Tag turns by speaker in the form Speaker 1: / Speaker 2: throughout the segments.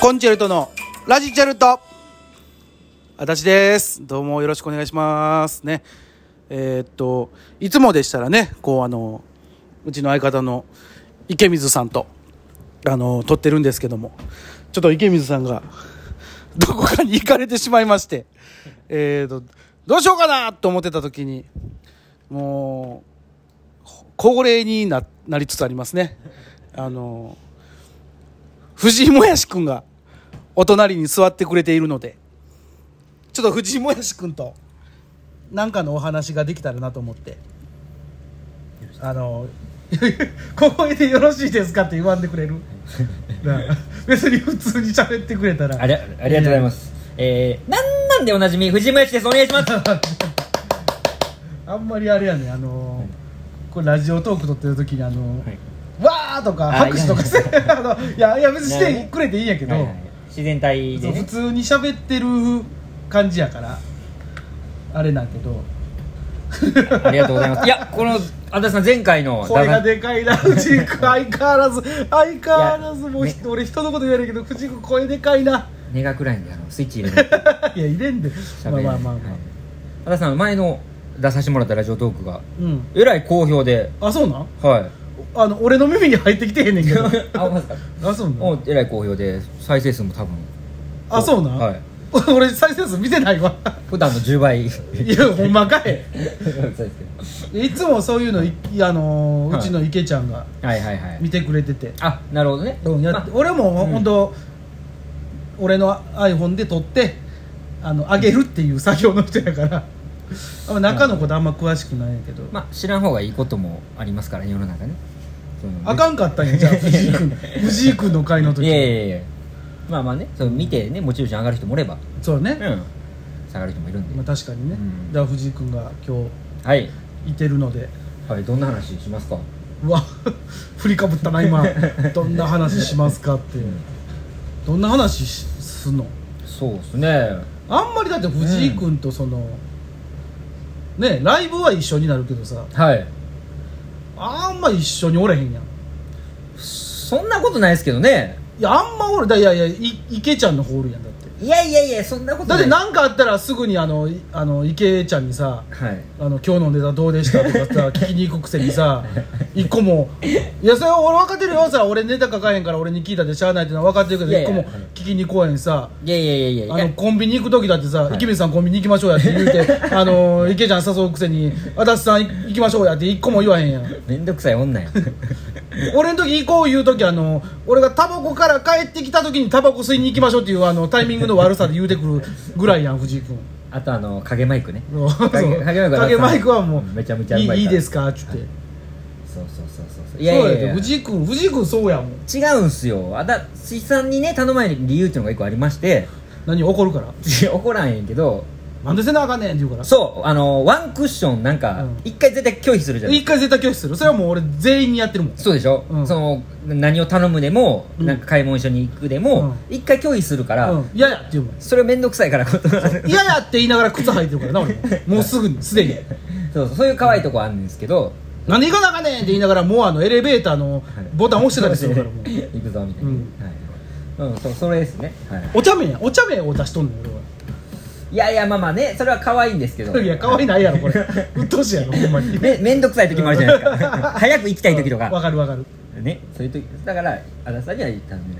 Speaker 1: コンチェルトのラジチェルトあたしですどうもよろしくお願いしますねえーっといつもでしたらねこうあのうちの相方の池水さんとあの撮ってるんですけどもちょっと池水さんがどこかに行かれてしまいましてえーっとどうしようかなと思ってた時にもう高齢にななりつつありますねあの藤井もやし君がお隣に座ってくれているのでちょっと藤井もやし君と何かのお話ができたらなと思ってあの 小声でよろしいですかって言わんでくれるなあ別に普通に喋ってくれたら
Speaker 2: ありありがとうございます。えー、なんなんでおなじみ、藤村市です。お願いします。
Speaker 1: あんまりあれやねあのこれラジオトーク撮ってる時にあの、
Speaker 2: はい
Speaker 1: わーとか
Speaker 2: あ
Speaker 1: 拍手とかせあのいやいや別にし
Speaker 2: なるほ
Speaker 1: て
Speaker 2: ど
Speaker 1: くれていいんやけど、
Speaker 2: はいはい自然体
Speaker 1: そ
Speaker 2: で
Speaker 1: う普
Speaker 2: ね。
Speaker 1: 通に喋ってる感じやからあれなんやけど
Speaker 2: ありがとうございます。いや、この、安田さん、前回の、
Speaker 1: 声が
Speaker 2: だ
Speaker 1: でかいな藤井君相変わらず相変わらずもう
Speaker 2: いや
Speaker 1: ひ、俺人のこと言えるけど藤井君声でかい な
Speaker 2: ネガくらいんで、あの、スイッチ入れ て、
Speaker 1: いや入れんでま
Speaker 2: 喋
Speaker 1: あま
Speaker 2: れな
Speaker 1: あ
Speaker 2: い
Speaker 1: まあまあ、
Speaker 2: はい安田さん、前の出させてもらったラジオトークが、
Speaker 1: うん
Speaker 2: えらい好評で、
Speaker 1: あそうなん
Speaker 2: はい。
Speaker 1: あの俺の耳に入ってきてへんねんけど
Speaker 2: あ、まさか。
Speaker 1: あそうな
Speaker 2: も
Speaker 1: ん
Speaker 2: う、えらい好評で、再生数も多分。
Speaker 1: あそうなん、
Speaker 2: はい
Speaker 1: 俺再生数見て ないわ
Speaker 2: 普段の10倍。 そう
Speaker 1: いやほんまかい
Speaker 2: ですけど
Speaker 1: いつもそういうのいあのー
Speaker 2: はいう
Speaker 1: ちの池ちゃんが
Speaker 2: はいはいはい。
Speaker 1: 見てくれてて
Speaker 2: あ、なるほどね。
Speaker 1: うんやって俺も
Speaker 2: うん
Speaker 1: 本当、俺の iPhone で撮ってあの上げるっていう作業の人やから あんま中のことあんま詳しくないんやけど、
Speaker 2: まあ、知らん方がいいこともありますからね、世の中ね。そういうのね
Speaker 1: あかんかったんやじゃあ 藤井君藤井君の回の
Speaker 2: い
Speaker 1: 時
Speaker 2: やいやいやまあまあねその見てねモチベーション上がる人もおれば、
Speaker 1: そうね、
Speaker 2: ん、下がる人もいるんで、
Speaker 1: まあ、確かにね、
Speaker 2: うん
Speaker 1: だから藤井君が今
Speaker 2: はい
Speaker 1: 日いてるので
Speaker 2: はいどんな話しますか
Speaker 1: うわ 振りかぶったな今どんな話しますかってどんな話しすんの
Speaker 2: そうですね
Speaker 1: あんまりだって藤井君とその、ねライブは一緒になるけどさ
Speaker 2: はい
Speaker 1: あんま一緒におれへんやん
Speaker 2: そんなことないですけどね
Speaker 1: いやあんま俺だいやいやい池ちゃんのホールやんだって
Speaker 2: いやいやいやそんなこ
Speaker 1: だって何かあったらすぐにあのいあの池ちゃんにさ
Speaker 2: はい
Speaker 1: あの今日のネタどうでしたとか さ聞きに行くくせにさ一個も「いやそれは俺分かってるよ」さ俺ネタ書かへんから俺に聞いたでしゃあないってのは分かってるけど
Speaker 2: いやい
Speaker 1: 一
Speaker 2: や
Speaker 1: 個も聞きに来へんさ
Speaker 2: いやいやいやいや
Speaker 1: あのコンビニ行く時だってさ、
Speaker 2: い
Speaker 1: 池水さんコンビニ行きましょうやって言う てあの池ちゃん誘うくせに私さん行きましょうやって一個も言わへんやん
Speaker 2: めんどくさい女 や
Speaker 1: 俺の時行こう言う時あの俺がタバコから帰ってきた時にタバコ吸いに行きましょうっていうあのタイミングの悪さで言うてくるぐらいやん藤井君
Speaker 2: あとあの影マイクね
Speaker 1: そう
Speaker 2: 影マイクは
Speaker 1: 影マイクはもう
Speaker 2: めちゃめちゃうまいから
Speaker 1: いいいいですかっつって、
Speaker 2: そうそうそうそうそうい
Speaker 1: い
Speaker 2: やいやいや
Speaker 1: 藤井君藤井君そうやもん
Speaker 2: 違うんすよあだ水さんにね頼まれる理由っていうのが一個ありまして
Speaker 1: 何怒るから
Speaker 2: 怒らんやけど
Speaker 1: なんでせなあかんねんって言うから
Speaker 2: そうあのワンクッションなん
Speaker 1: う
Speaker 2: か
Speaker 1: ん
Speaker 2: 一回絶対拒否するじゃないですか
Speaker 1: 一回絶対拒否するそれはもう俺全員にやってるもん
Speaker 2: そうでしょ、
Speaker 1: うん
Speaker 2: その何を頼むでも、
Speaker 1: うん
Speaker 2: なんか買い物一緒に行くでも、一回拒否するから、
Speaker 1: うん嫌やって言うもん
Speaker 2: それを面倒くさいから断る
Speaker 1: 嫌やって言いながら靴履いてるからな俺もうすぐにすでに
Speaker 2: そうそうそういう可愛いとこあるんですけど、
Speaker 1: なんで行かなあかんねんって言いながらもうあのエレベーターのボタン押してたりするからもう
Speaker 2: 行くぞみたいな、
Speaker 1: うん
Speaker 2: はいうん、そうそれですね、はい、
Speaker 1: お茶目やお茶目を出しとんのよ俺はい
Speaker 2: やいやまあまあねそれは可愛いんですけど
Speaker 1: いや可愛いないやろこれ鬱陶しいやろほんまに
Speaker 2: め面倒くさい時もあるじゃな いですか早く行きたい時と
Speaker 1: わ
Speaker 2: か、
Speaker 1: かるわかる
Speaker 2: ねそういう時だからあ田さんには言ったんで、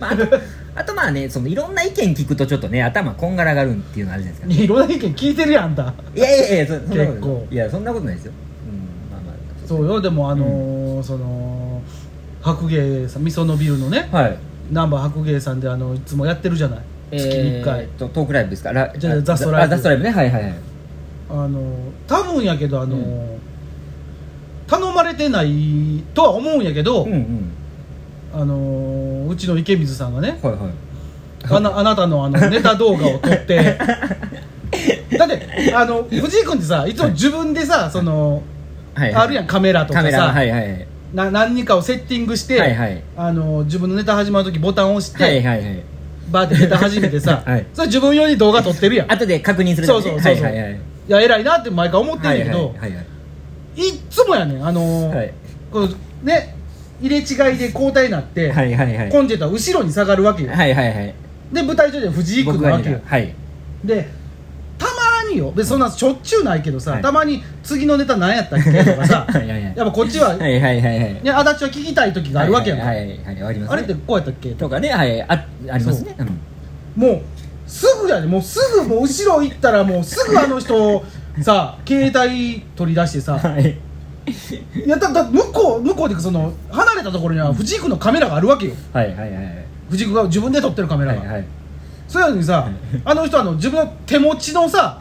Speaker 2: まあ、あとあとまあねそのいろんな意見聞くとちょっとね頭こんがらがるっていうのあるじゃないですか
Speaker 1: いやいろんな意見聞いてるやんあんた
Speaker 2: いやいやいやそそんなこと
Speaker 1: 結構
Speaker 2: いやそんなことないですよ、うんまあまあ、
Speaker 1: そうよでもあのーその白芸さんみそのビルのね
Speaker 2: はい
Speaker 1: ナンバー白芸さんであのいつもやってるじゃない月に1
Speaker 2: え
Speaker 1: 回
Speaker 2: ーっとトークライブですかラ
Speaker 1: じゃあ
Speaker 2: あ
Speaker 1: ザストライブ
Speaker 2: あザストライブねはいはいはい
Speaker 1: あのー多分やけどあのー
Speaker 2: う
Speaker 1: 頼まれてないとは思うんやけど、
Speaker 2: うんうん
Speaker 1: あのーうちの池水さんがね
Speaker 2: はいはい
Speaker 1: あなあなたのあの ネタ動画を撮ってだってあの藤井君ってさいつも自分でさその
Speaker 2: はいはい
Speaker 1: あるやんカメラと
Speaker 2: カ
Speaker 1: か
Speaker 2: メラ
Speaker 1: さ、
Speaker 2: はいはいはい
Speaker 1: な何かをセッティングして、
Speaker 2: はいはい
Speaker 1: あの自分のネタ始まる時ボタンを押して、
Speaker 2: はいはいはい
Speaker 1: バーってネタ始めてさ、
Speaker 2: はい
Speaker 1: それ自分用に動画撮ってるやんい
Speaker 2: 後で確認する
Speaker 1: そうそうそうそう
Speaker 2: はいはいはい
Speaker 1: や偉いなって毎回思ってん
Speaker 2: は
Speaker 1: ねん
Speaker 2: い
Speaker 1: け
Speaker 2: はい
Speaker 1: ど、
Speaker 2: はいはい
Speaker 1: いっつもやねんあのー
Speaker 2: はい
Speaker 1: このね入れ違いで交代になって、
Speaker 2: はいはいはい
Speaker 1: コンジェとは後ろに下がるわけよ、
Speaker 2: はいはいはい
Speaker 1: で舞台上で藤井君なわけよ
Speaker 2: はい
Speaker 1: でたまによ別にそんなしょっちゅうないけどさ、
Speaker 2: はい
Speaker 1: たまに次のネタ何やったっけとかさ
Speaker 2: はいはいはい
Speaker 1: やっぱこっちは、
Speaker 2: はいはいはいはい
Speaker 1: ね、足立は聞きたい時があるわけやんか、
Speaker 2: はいはいはいはいあります
Speaker 1: あれってこうやったっけ
Speaker 2: とかねはいあありますねうん
Speaker 1: もうすぐやでもうすぐもう後ろ行ったらもうすぐあの人さ携帯取り出してさ
Speaker 2: はい
Speaker 1: いやだだ向こう向こうでその離れたところには藤井君のカメラがあるわけよ
Speaker 2: はいはいはい
Speaker 1: 藤井君が自分で撮ってるカメラ
Speaker 2: はい
Speaker 1: が、
Speaker 2: はい
Speaker 1: それやのにさあの人はあの自分の手持ちのさ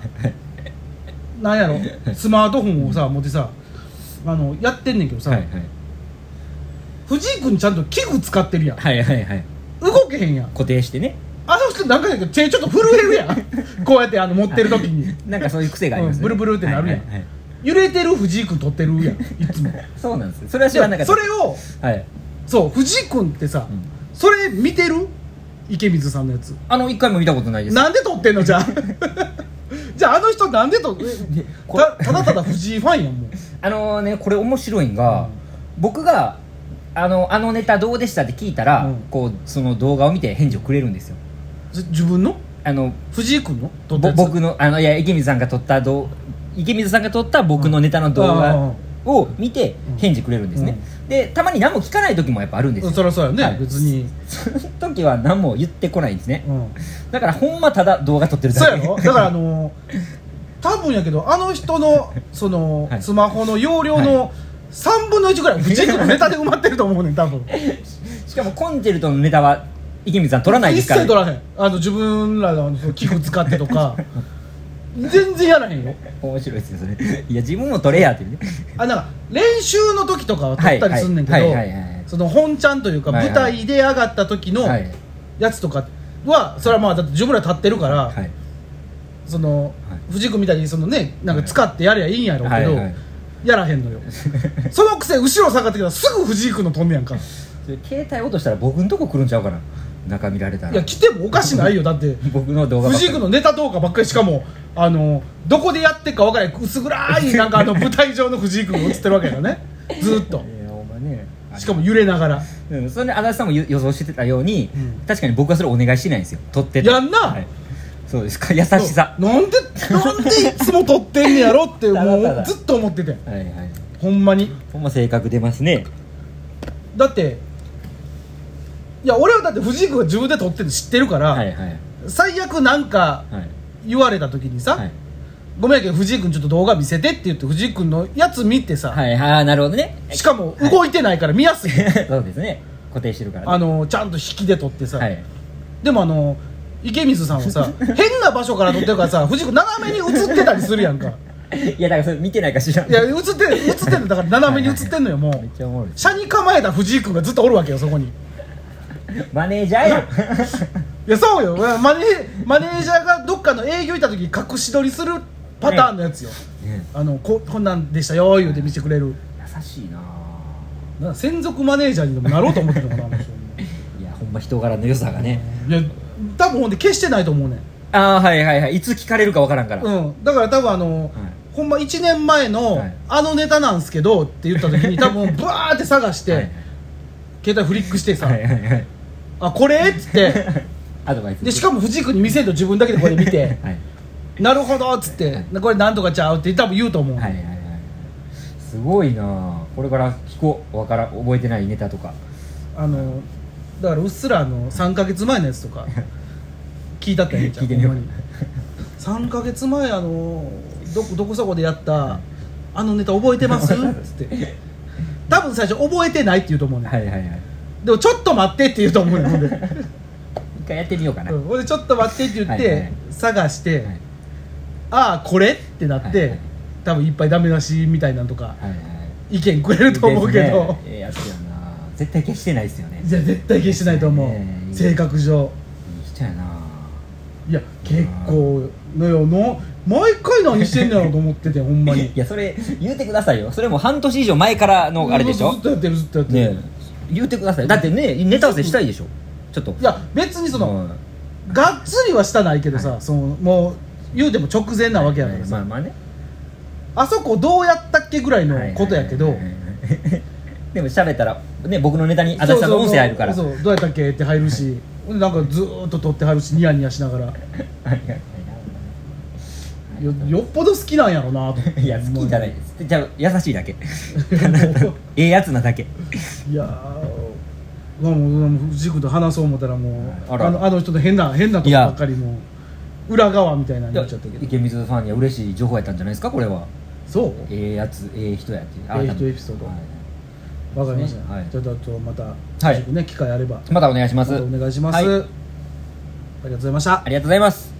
Speaker 1: なんやろスマートフォンをさ持ってさあのやってんねんけどさ、
Speaker 2: はい
Speaker 1: 藤井君ちゃんと器具使ってるやん
Speaker 2: はいはいはいはい
Speaker 1: 動けへんやん
Speaker 2: 固定してね
Speaker 1: あの人なんかやけど手ちょっと震えるやんこうやってあの持ってる時に
Speaker 2: なんかそういう癖がありますね
Speaker 1: うんブルブルってなるやん
Speaker 2: はいはいはい
Speaker 1: 揺れてる藤井君撮ってるやんいつも
Speaker 2: そうなんですそれは知らなかった
Speaker 1: それを
Speaker 2: はい
Speaker 1: そう藤井君ってさ、
Speaker 2: うん
Speaker 1: それ見てる池水さんのやつ
Speaker 2: あの一回も見たことないです
Speaker 1: なんで撮ってんの じゃあじゃああの人なんで撮って
Speaker 2: これ
Speaker 1: たただただ藤井ファンやんもう
Speaker 2: あのねこれ面白いんが、僕があのあのネタどうでしたって聞いたら、
Speaker 1: うん
Speaker 2: こうその動画を見て返事をくれるんですよ
Speaker 1: じ自分の
Speaker 2: あの
Speaker 1: 藤井君の撮った
Speaker 2: ぼ
Speaker 1: やつ
Speaker 2: 僕のあのいや池水さんが撮ったどう池水さんが撮った僕のネタの動
Speaker 1: うん
Speaker 2: 画を見て返事くれるんですね、でたまに何も聞かない時もやっぱあるんで
Speaker 1: う
Speaker 2: すよ
Speaker 1: んそりゃそうやね、
Speaker 2: はい
Speaker 1: 別に、
Speaker 2: その時は何も言ってこないんですね
Speaker 1: うん、
Speaker 2: だからほんまただ動画撮ってる
Speaker 1: そう
Speaker 2: だ
Speaker 1: や
Speaker 2: け
Speaker 1: ろだからあのー多分やけどあの人 のその、
Speaker 2: はい
Speaker 1: スマホの容量
Speaker 2: は
Speaker 1: の3分の1ぐらい藤井君のネタで埋まってると思うねん多分
Speaker 2: しかもコンチェルトのネタは池水さん撮らないです
Speaker 1: 一
Speaker 2: から
Speaker 1: 切取らへんあの自分らのその器具使ってと か全然やらへんよ
Speaker 2: 面白いですねそれいや自分も撮れやっていうね
Speaker 1: あなんか練習の時とかは撮ったりすんねんけど
Speaker 2: はいはいはいはいはい
Speaker 1: その本ちゃんというか
Speaker 2: はいは
Speaker 1: 舞
Speaker 2: い
Speaker 1: 台で上がった時の
Speaker 2: はい
Speaker 1: やつとかはそれはまあだって自分ら立ってるから、
Speaker 2: はい
Speaker 1: その、藤井君みたいにそのねなんか使ってやりゃいいんやろうけど、
Speaker 2: はいはい
Speaker 1: やらへ んのよそのくせ後ろ下がってきたらすぐ藤井君の飛んねやんかい
Speaker 2: それ携帯落としたら僕んとこ来るんちゃうかな中見られたら
Speaker 1: や来てもおかしないよだって
Speaker 2: 僕の動画ばっか
Speaker 1: 藤井
Speaker 2: り
Speaker 1: 君のネタ動画ばっかりしかもあのどこでやってっか分からない薄暗いなんかあの舞台上の藤井君が映ってるわけだねずーっと
Speaker 2: いやお前ね
Speaker 1: しかも揺れながら
Speaker 2: うん、それで足立さんも予予想してたように、
Speaker 1: うん
Speaker 2: 確かに僕はそれお願いしてないんですよ撮ってて
Speaker 1: やんな
Speaker 2: はいそうですか優しさ
Speaker 1: なんでなんでいつも撮ってんねやろって
Speaker 2: ただ
Speaker 1: も
Speaker 2: ただ
Speaker 1: うずっと思ってて
Speaker 2: はいはい
Speaker 1: ほんまに
Speaker 2: ほんま性格出ますね
Speaker 1: だっていや俺はだって藤井君が自分で撮ってるの知ってるから、
Speaker 2: はいはいはい
Speaker 1: 最悪なんか言われた時にさ、
Speaker 2: はい
Speaker 1: ごめんやけど藤井君ちょっと動画見せてって言って藤井君のやつ見てさ、
Speaker 2: はいはいあーなるほどね
Speaker 1: しかも動いてないから見やすい、
Speaker 2: そうですね固定してるから
Speaker 1: あ
Speaker 2: ね
Speaker 1: のちゃんと引きで撮ってさ、
Speaker 2: はい
Speaker 1: でもあの池水さんは さ変な場所から撮ってるからさ藤井君斜めに映ってたりするやんか
Speaker 2: いやだからそれ見てないから知らん
Speaker 1: いや映って映ってんのだから斜めに映ってんのよも
Speaker 2: めっ
Speaker 1: う
Speaker 2: ちゃおもろいです
Speaker 1: 車に構えた藤井君がずっとおるわけよそこに
Speaker 2: マネージャーやん
Speaker 1: いやそうよマネマネージャーがどっかの営業行った時隠し撮りするパターンのやつよ、
Speaker 2: ね
Speaker 1: あのここんなんでしたよ言うて見せてくれる
Speaker 2: 優しいなぁ
Speaker 1: な専属マネージャーにでもなろうと思ってるのかなあの人
Speaker 2: いやほんま人柄の良さがね
Speaker 1: いや多分ほんで消してないと思うねん
Speaker 2: ああはいはいはいいつ聞かれるかわからんから、
Speaker 1: うんだから多分あの、ほんま1年前の、
Speaker 2: はい
Speaker 1: あのネタなんすけどって言った時 に多分ブワーって探して、
Speaker 2: はい
Speaker 1: 携帯フリックしてさ「
Speaker 2: はいはいはい
Speaker 1: あこれ?」っつって
Speaker 2: アドバイス
Speaker 1: でしかも藤井君に見せると自分だけでこれ見て
Speaker 2: はい
Speaker 1: 「なるほど」っつって「これなんとかちゃう」って多分言うと思う、
Speaker 2: はいはいはいすごいなぁこれから聞こうわからん覚えてないネタとか
Speaker 1: あのだからうっすらあの3か月前のやつと か聞いたったらええんちゃう
Speaker 2: 聞いてみよう
Speaker 1: ほんまに3か月前あのどこどこそこでやったあのネタ覚えて ますっつって多分最初覚えてないって言うと思うねん、
Speaker 2: はいはいはい
Speaker 1: でもちょっと待ってって言うと 思うねんほんで
Speaker 2: 一回やってみようかな、
Speaker 1: うんほんでちょっと待ってって言って、
Speaker 2: はいはい
Speaker 1: 探して、
Speaker 2: はい
Speaker 1: ああこれってなって、
Speaker 2: はいはい
Speaker 1: 多分いっぱいダメ出しみたいなんとか
Speaker 2: はいはい
Speaker 1: 意見くれると思うけど、
Speaker 2: ですねええやつやなぁ絶対消してないですよね
Speaker 1: じゃ絶対消してないと思う、
Speaker 2: ねえ
Speaker 1: 性格上
Speaker 2: いい人やなぁ
Speaker 1: いや結構のよの毎回何してんねやろと思っててほんまに
Speaker 2: いやそれ言うてくださいよそれもう半年以上前からのあれでしょ
Speaker 1: ずっとやってるずっとやって
Speaker 2: ね
Speaker 1: る、
Speaker 2: え言うてくださいよだってねネタ合わせしたいでしょちょっと
Speaker 1: いや別にその、
Speaker 2: うん
Speaker 1: がっつりはしたないけどさ、そのもう言うても直前なわけやからさ、
Speaker 2: まあまあね
Speaker 1: あそこどうやったっけぐらいのことやけど、
Speaker 2: はいはいはいはい でも喋ったら、ね、僕のネタに足
Speaker 1: そう
Speaker 2: 立さんの音声入るから
Speaker 1: そうそうどうやったっけって入るしほんでなんかずーっと撮ってはるしニヤニヤしながらよよっぽど好きなんやろなと思って
Speaker 2: いや好きじゃないですじゃあ優しいだけ ええやつなだけ
Speaker 1: いやーまあもうもう藤井君と話そう思ったらもう
Speaker 2: あ
Speaker 1: あ
Speaker 2: ら
Speaker 1: のあの人の変な変なとこばっかりもう裏側みたいなになっちゃったけど
Speaker 2: 池水ファンには嬉しい情報やったんじゃないですかこれは
Speaker 1: そう
Speaker 2: ええやつええ人やっていう
Speaker 1: ええ人エピソード
Speaker 2: はい
Speaker 1: わかりました、
Speaker 2: はい
Speaker 1: じゃあちょっとまた
Speaker 2: はい
Speaker 1: 藤井君ね機会あれば
Speaker 2: またお願いしま
Speaker 1: ますたお願いします、
Speaker 2: はい
Speaker 1: ありがとうございました
Speaker 2: ありがとうございます